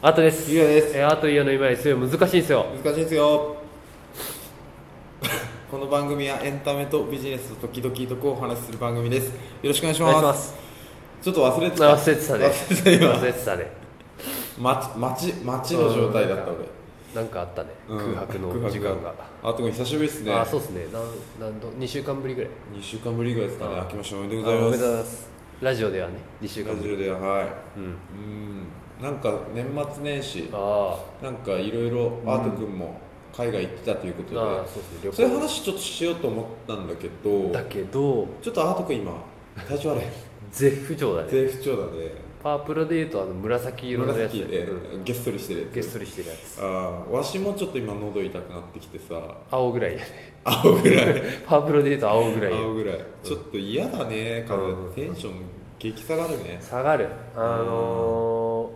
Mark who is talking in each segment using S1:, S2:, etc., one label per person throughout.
S1: アートです
S2: ゆうやです
S1: えーアートイヤの今ですごい難しいんですよ
S2: 難しいですよ この番組はエンタメとビジネスと時々とこうお話しする番組ですよろしくお願いし
S1: お
S2: ま
S1: 願い
S2: す
S1: します
S2: ちょっと忘れてた
S1: 忘れてたね
S2: 忘れてた
S1: 忘れてたね
S2: 今 待ち待ちの状態だった俺、
S1: なんかあったね、
S2: うん
S1: 空白の時間が
S2: あとも久しぶりですね
S1: あそうですねなんなんど2週間ぶりぐらい
S2: 2週間ぶりぐらいですかね
S1: あ
S2: 明けましておめでとう
S1: あお
S2: ご
S1: め
S2: ざ
S1: でとうござい
S2: いま
S1: ますすラジオではね2週間
S2: ラ
S1: ぶ
S2: ジ
S1: り
S2: オでは
S1: う
S2: い
S1: ん
S2: うんなんか年末年始
S1: あ
S2: なんかいろいろアート君も海外行ってたというこ
S1: ーあー
S2: とで、
S1: そうですね旅行
S2: そういう話ちょっとしようと思ったんだけど
S1: だけど
S2: ちょっとアート君今 体調悪い
S1: 絶不調だね
S2: 低不調だね
S1: パワープロでいうとあの紫色のやつ
S2: 紫
S1: ね
S2: で
S1: うん
S2: げっそりしてる
S1: げ
S2: や
S1: っ
S2: つ
S1: そりしてるやつ
S2: あーわしもちょっと今喉痛くなってきてさ
S1: 青ぐらいやね
S2: 青ぐらい
S1: パワープロでいうと青ぐらいや
S2: 青ぐらいちょっと嫌だね風
S1: うん
S2: テンション激下がるね
S1: 下がるあの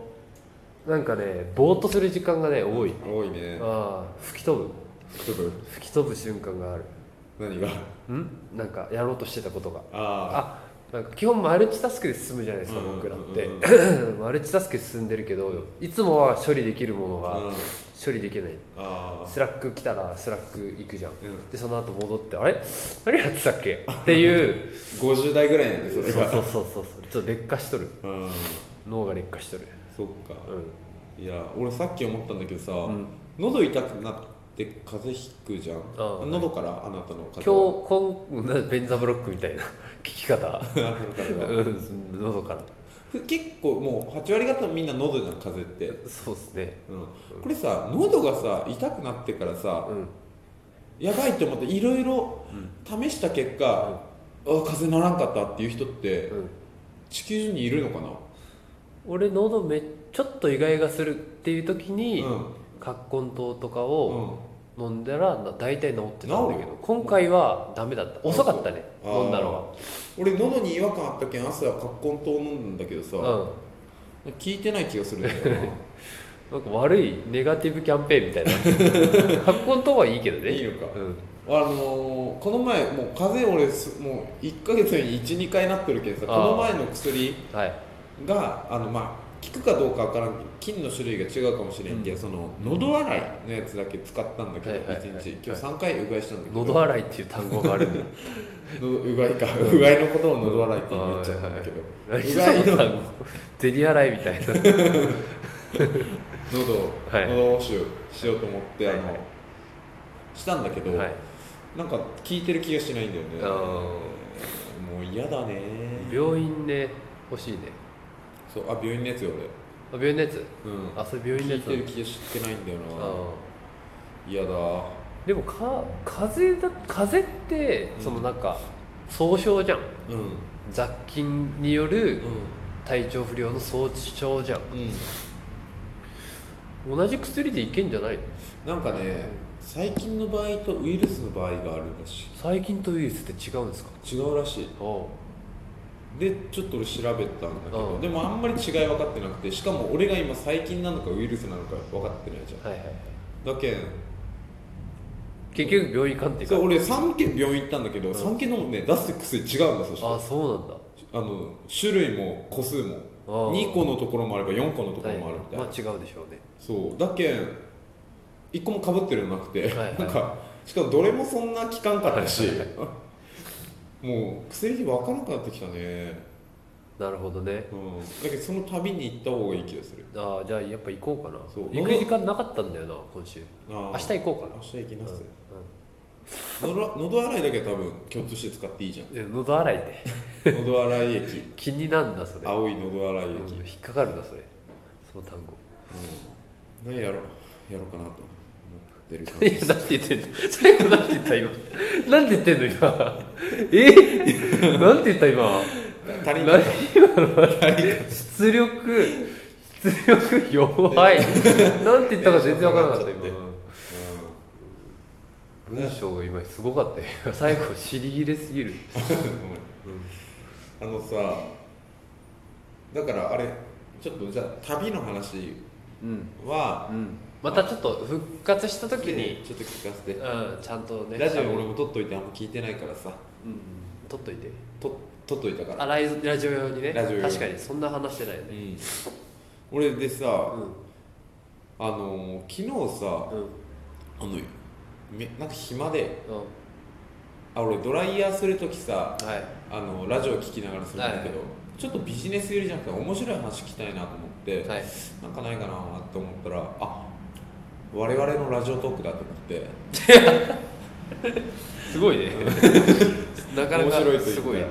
S1: ー、なんかねぼーっとする時間がね多い、
S2: 多いね
S1: ああ吹き飛ぶ
S2: ちょっと
S1: 吹き飛ぶ瞬間がある
S2: 何が
S1: んなんかやろうとしてたことが
S2: あ
S1: あなんか基本マルチタスクで進むじゃないですか、
S2: うんうんうん
S1: 僕らっ
S2: うん
S1: て マルチタスクで進んでるけどいつもは処理できるもの
S2: あ
S1: が処理できない
S2: あ
S1: スラック来たらスラック行くじゃん、
S2: ん
S1: でその後戻ってあれ何やってたっけっていう
S2: 50代ぐらいなんで
S1: そ
S2: そうれ
S1: そう
S2: が
S1: そうそうそうちょっと劣化しとる
S2: うん
S1: 脳が劣化しとる
S2: そっか
S1: う
S2: いや俺さっき思ったんだけどさ
S1: ん、うん、
S2: 喉痛くなって風邪ひくじゃん
S1: ああ
S2: 喉からあなたの風
S1: 今日
S2: 邪は
S1: こんなベンザブロックみたいな聞き方
S2: あなたの風邪は
S1: うん喉から
S2: ふ結構もう8割方みんな喉じゃん風邪って
S1: そうですね
S2: うん、これさ喉がさ痛くなってからさ
S1: うん
S2: やばいって思っていろいろ試した結果、あ風邪ならんかったっていう人って
S1: うん
S2: 地球上にいるのかな、
S1: 俺喉めちょっと意外がするっていう時に
S2: うん
S1: 葛根湯とか
S2: う
S1: を
S2: ん
S1: 飲んだらな大体治ってたんだけど
S2: 治る
S1: 今回はダメだった遅かったね
S2: あそう
S1: 飲んだの
S2: 俺喉に違和感あったけん朝は葛根湯飲んだんだけどさ、
S1: はうん
S2: 効いてない気 がするんだよ
S1: なんか悪いネガティブキャンペーンみたいな 葛根湯はいいけど
S2: な
S1: ね
S2: いいのか
S1: うん
S2: あのーこの前もう風邪俺すもう1ヶ月に12回なっとるけんさこ
S1: あー
S2: の前の薬
S1: はい
S2: があのまあ効くかどうかわからんけど菌の種類が違うかもしれんけど、
S1: うん
S2: その喉洗いのやつだけ使ったんだけど、
S1: はいはいはい
S2: 一日今日3回うがいしたんだけど
S1: 喉洗いっていう単語があ るんだ
S2: 喉うがいかうがいのことを喉洗いって言っちゃったんだけど、
S1: 何
S2: う
S1: そ
S2: がい
S1: の
S2: の
S1: 単語ゼリ洗いみたいな
S2: 喉を、
S1: はい
S2: 喉押しをしようと思って、あの
S1: はいはい
S2: したんだけど、
S1: はい
S2: なんか効いてる気がしないんだよね
S1: あー
S2: もう嫌だね
S1: 病院ね欲しいね
S2: そうあ病院のやつよ
S1: あ病院のやつ
S2: 俺うん
S1: あそれ病院の
S2: 効
S1: や
S2: い
S1: つ
S2: てる気がしてないんだよ
S1: あ
S2: な
S1: あ
S2: 嫌だ
S1: でもか風邪だ風邪って
S2: うん
S1: そのなんか総称じゃん
S2: うんうん
S1: 雑菌による体調不良の総称じゃん
S2: うん
S1: 同じ薬でいけんじゃないの
S2: なんかね細菌の場合とウイルスの場合があるらし
S1: 細菌とウイルスって違うんですか
S2: い違うらしい
S1: お
S2: でちょっと俺調べたんだけ
S1: う
S2: ど
S1: ん
S2: でもあんまり違い分かってなくてしかも俺が今細菌なのかウイルスなのか分かってないじ
S1: はいはいはい
S2: ゃんだけん
S1: 結局病院行かんっていうか
S2: そう俺3軒病院行ったんだけど
S1: ん
S2: 3軒のもね出す薬違うんだそして
S1: あそうなんだ
S2: あの種類も個数も
S1: あー
S2: 2個のところもあれば4個のところもあるみたいな、
S1: はいまあ違うでしょうね
S2: そうだけん1個もかぶってるのなくて、
S1: はいはい
S2: なんかしかもどれもそんな効かんかったし、 もう薬で分からなくなってきたね、
S1: なるほどね
S2: うん、だけどその旅に行った方がいい気がする
S1: ああじゃあやっぱ行こうかな
S2: そう
S1: 行く時間なかったんだよな今週
S2: 明
S1: 明日行こうか
S2: 明
S1: な
S2: 日行きます、
S1: う
S2: 喉喉洗いだけ多分共通して使っていいじゃん
S1: んうんいや喉洗いで
S2: 喉洗い 液
S1: 気になんだそれ
S2: 青い喉洗い液、
S1: うん引っかかるなそれその単語
S2: 何やろうやろうかなと思ってる感
S1: い
S2: じ
S1: や、なんて言ってんの最後なんて言った今。なんて言ってんの今。えなんて言った今。
S2: 足りない
S1: 何出力、出力弱い。なんて言ったか全然わからなかった今
S2: テンション上がっちゃって。うん
S1: 文章が今すごかったよ。最後、尻切れすぎる。
S2: あのさだからあれちょっとじゃあ旅の話
S1: うん。
S2: は
S1: うん。またちょっと復活した時に、
S2: ちょっと聞かせ
S1: う
S2: て
S1: ん、ちゃんとね。
S2: ラジオ俺も撮っといてあんま聞いてないからさ
S1: うん。撮っといて。
S2: と撮っといたから
S1: あ、ライラジオ用にね。
S2: ラジオ用に
S1: 確かに、そんな話してないよ
S2: う
S1: ね。
S2: ん俺でさ
S1: うん。
S2: あの昨日さ
S1: うん
S2: あのめなんか暇で
S1: う
S2: あ俺ドライヤーする時さ
S1: んはい
S2: あのラジオ聞きながらするんだけど、
S1: は
S2: ちょっとビジネス寄りじゃなくて面白い話聞きたいなと思って、
S1: はい
S2: なんかないかなと思ったらあ我々のラジオトークだと思って
S1: すごいね なかな
S2: 面
S1: か
S2: 白いというか
S1: すごいね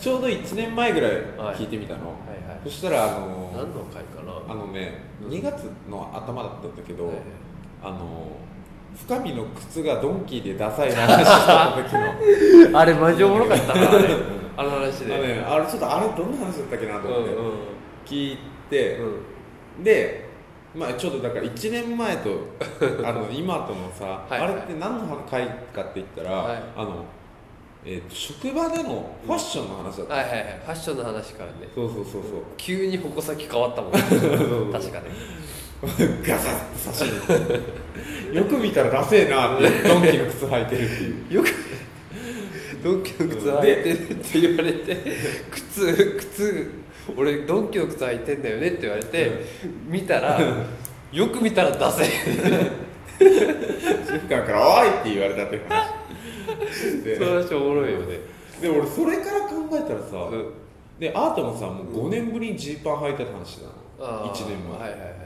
S2: ちょうど1年前ぐらい
S1: はい
S2: 聞いてみた
S1: は
S2: の、
S1: いはい
S2: そしたらあ
S1: 何
S2: の
S1: の回かな
S2: あのね
S1: うん
S2: 2月の頭だったんだけど、
S1: はいはい
S2: あの深見の靴がドンキーでダサいな話してた 時の
S1: あれマジおもろか ったなあれあの話
S2: あ
S1: で
S2: の、ね、あれちょっとあれどんな話だったっけな
S1: う
S2: と
S1: ん
S2: 思っ
S1: う
S2: て、
S1: ん
S2: 聞いて、
S1: うん
S2: で、まあ、ちょっとだから1年前とあ の今とのさ
S1: はいはい
S2: あれって何の回かって言ったら、
S1: はい
S2: あのえーと職場でのファッションの話だった、
S1: はいはいはいファッションの話からね
S2: そうそうそうそう
S1: 急に矛先変わったも んね
S2: う
S1: 確かね
S2: ガサッと刺してよく見たらダセえなってドンキの靴履いてるっていう
S1: よくドンキの靴履いてるって言われて靴靴俺ドンキの靴履いてんだよねって言われて、見たらよく見たらダセ
S2: 主婦官から「おい!」って言われたっていう話で
S1: その話おもろいよね、
S2: で俺それから考えたらさ、
S1: うん、
S2: でアートもさもう5年ぶりにジーパン履いたって話だな、
S1: あー
S2: 1年前、
S1: はいはいはい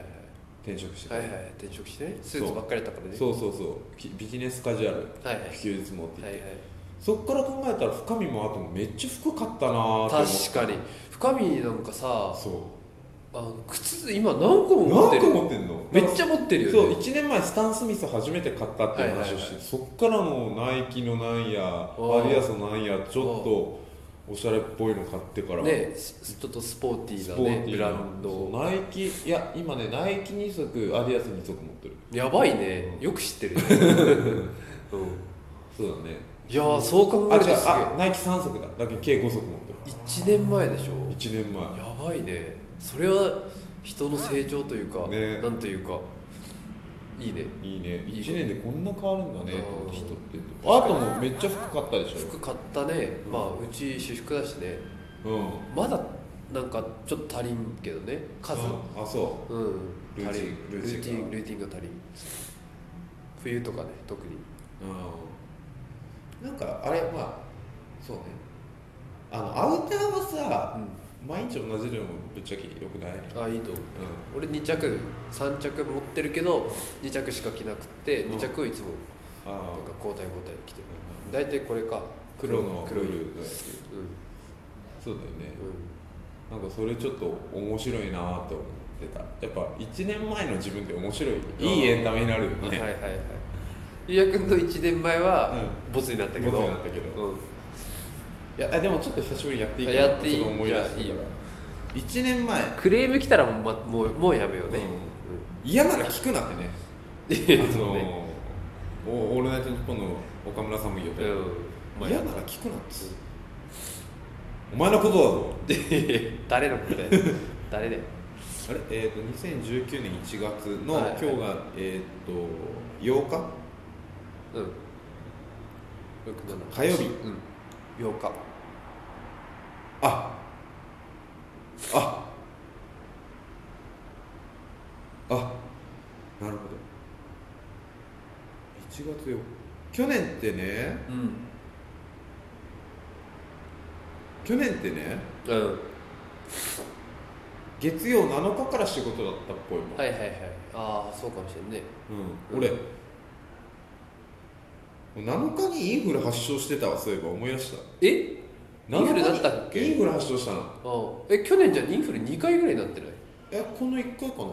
S2: 転職して、
S1: はいはいはい転職してねスーツばっかりだったからね
S2: そうそうそうきビジネスカジュアル
S1: はいはい
S2: 休日もって、
S1: はいはい
S2: そっから考えたら深みもアートもめっちゃ服買ったなーって思って
S1: 確かに深みなんかさ
S2: そ
S1: あの靴今何個
S2: う
S1: も持って
S2: 何
S1: る
S2: 個持ってんの
S1: めっちゃ持ってるよね
S2: そう1年前スタン・スミス初めて買ったっていう話をして、
S1: はいはいはい
S2: そっからもうナイキのなんやアデ
S1: ー
S2: ィダスのなんやちょっとおしゃれっぽいの買ってから、
S1: ねスちょっとスポーティ
S2: ス
S1: ー
S2: ポ
S1: な
S2: ー
S1: ね
S2: ティ
S1: ブ
S2: ー
S1: ラ
S2: な
S1: ンド
S2: そう
S1: を
S2: ナイキいや今ねナイキ2足アディダス2足持ってる
S1: やばいねよく知ってるね、うん、
S2: そうだね
S1: いやーそう考え
S2: あ
S1: る
S2: 違
S1: と
S2: う
S1: す
S2: あナイキ3足だだけど計5足持ってる
S1: げえ1年前でしょ
S2: 1年前
S1: やばいねそれは人の成長というか、
S2: ね
S1: なんというかいいね
S2: いいね
S1: いい
S2: 1年でこんな変わるんだね
S1: うん
S2: 人ってアートもめっちゃ服買ったでし
S1: 服買ったねまあうち私服だしね
S2: ょうん
S1: まだなんかちょっと足りんけどね数
S2: ああそ
S1: うん
S2: ルー
S1: 足り
S2: ティ
S1: ん
S2: ン
S1: ルーティンルーティンが足りん冬とかね特に
S2: ううんなんかあれまあそうねあのアウターはさ
S1: う
S2: 毎日同じでもぶっちゃけよくないうん
S1: んあいいと思う俺2着3着持ってるけど2着しか着なくて
S2: うん
S1: 2着をいつも
S2: ああ
S1: なんか交代交代で着てる大体これか
S2: 黒の
S1: 黒いうん
S2: ブルーだしそうだよね
S1: う
S2: なんかそれちょっと面白いなと思ってたやっぱ1年前の自分って面白いいいエンタメになるよ
S1: んはい
S2: ね
S1: はいはいゆうやくんの1年前はボツになったけど
S2: ボツになったけど
S1: うん
S2: いやあでもちょっと久しぶりにやっていい
S1: やっていい
S2: ちょっと思い出して
S1: じゃあいいよ
S2: 1年前
S1: クレーム来たらもう,、ま、もうもうやめようね、
S2: 嫌なら聞くなってね
S1: うん、 いや
S2: あ
S1: そう
S2: の
S1: ね
S2: おオールナイトニッポンの岡村さんも言う
S1: う
S2: て、
S1: んまあ
S2: 嫌なら聞くなっつお前のことだぞ
S1: 誰のことだよ 誰だよ
S2: あれえっ、と2019年1月の、
S1: はい
S2: 今日がえっ、と8日
S1: うん6
S2: 火曜日
S1: うん8日
S2: あああなるほど1月4日去年ってね
S1: うん
S2: 去年ってね
S1: うん
S2: 月曜7日から仕事だったっぽいの、
S1: はいはいはいああそうかもしれんね
S2: うん、俺7日にインフル発症してたわそういえば思い出した
S1: えインフルだったっけ
S2: インフル発症したの
S1: あえ去年じゃインフル2回ぐらいになってない
S2: えこの1回かな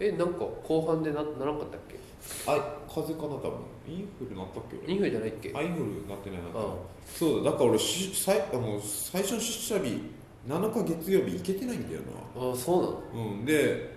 S1: えなんか後半でなならんかったっけ
S2: あ風邪かな多分インフルなったっけ俺
S1: インフルじゃないっけ
S2: あインフルなってないなってない
S1: あ
S2: そうだだから俺し最あの最初の出社日7日月曜日行けてないんだよ
S1: ああそうなの
S2: なうんで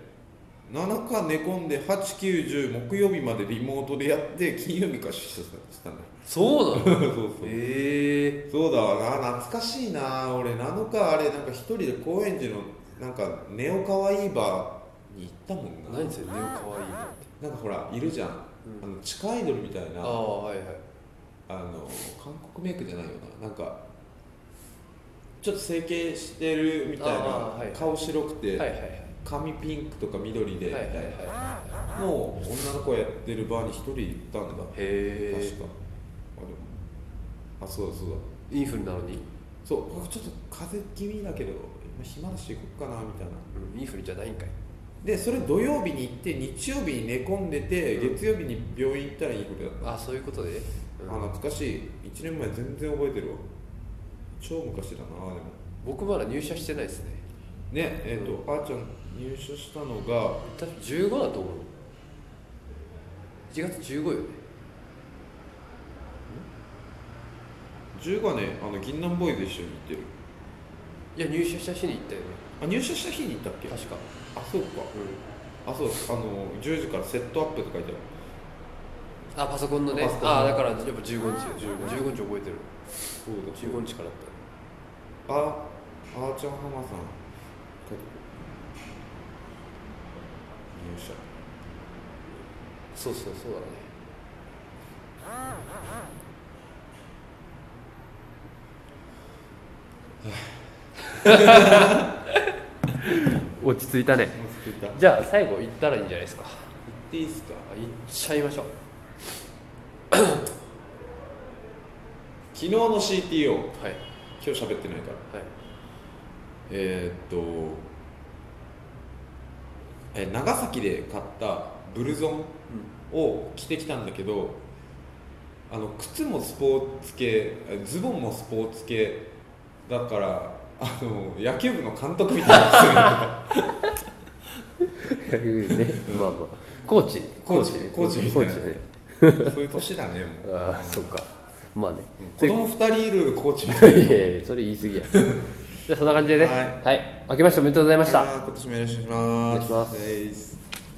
S2: 7日寝込んで890木曜日までリモートでやって金曜日から出社したんだ
S1: そう なの
S2: そうそう
S1: ええ
S2: そうだわな懐かしいな俺7日あれなんか一人で高円寺のなんかネオかわいいバーに行ったもんな
S1: 何それネオかわいいなって、
S2: なんかほらいるじゃん
S1: うん
S2: あの地下アイドルみたいな
S1: ああはいはい
S2: あの韓国メイクじゃないよななんかちょっと整形してるみたい
S1: あーは
S2: ない顔白くて、
S1: はいはいはい
S2: 髪ピンクとか緑でみ
S1: はいは
S2: た
S1: いいはい
S2: なの女の子やってるバーに一人行ったんだ
S1: へえ
S2: 確かあれあそうだそうだ
S1: インフルなのに、
S2: そうあちょっと風邪気味だけど今暇だし行こっかなみたいな
S1: うん、インフルじゃないんかい
S2: でそれ土曜日に行って日曜日に寝込んでて
S1: うん
S2: 月曜日に病院行ったらインフルだった
S1: あそういうことで、うん
S2: あ懐かしい1年前全然覚えてるわ超昔だなでも
S1: 僕まだ入社してないですね
S2: ねえっ、と、あーちゃん入社したのが
S1: 多分15だと思う1月15よね
S2: 10がねあの銀杏ボーイズ一緒に行ってる
S1: いや入社した日に行ったよね
S2: あ入社した日に行ったっけ
S1: 確か、
S2: あそうかあそうあの10時からセットアップって書いてある
S1: あパソコンのね
S2: パソコンの
S1: あだからやっぱ15日15 15日覚えてる
S2: そうだ
S1: 15日からだっ
S2: ああーちゃん浜さん書いてくる入社
S1: たそうそうそうだね 落ち着いたね
S2: もう作った行っ
S1: じゃあ最後行ったらいいんじゃないですか
S2: ていいっすか
S1: あ行っちゃいましょう
S2: 昨日の CTO
S1: はい
S2: 今日喋ってないから
S1: はい
S2: えー、っとえ長崎で買ったブルゾンを着てきたんだけどあの靴もスポーツ系えズボンもスポーツ系だからあの野球部の監督みたいな
S1: ね、 まあまあコーチ
S2: コーチコーチみたい
S1: コ
S2: な
S1: ーね
S2: そういう年だねもう
S1: ああそっかまあね
S2: 子供2人いるコーチみたい
S1: で いやいやそれ言い過ぎやじゃあそんな感じでね
S2: は
S1: はい、明けましておめでとうございま
S2: な
S1: した
S2: 今年もよろしくお
S1: お
S2: 願
S1: 願
S2: い
S1: い
S2: し
S1: し
S2: ま
S1: ますす
S2: はい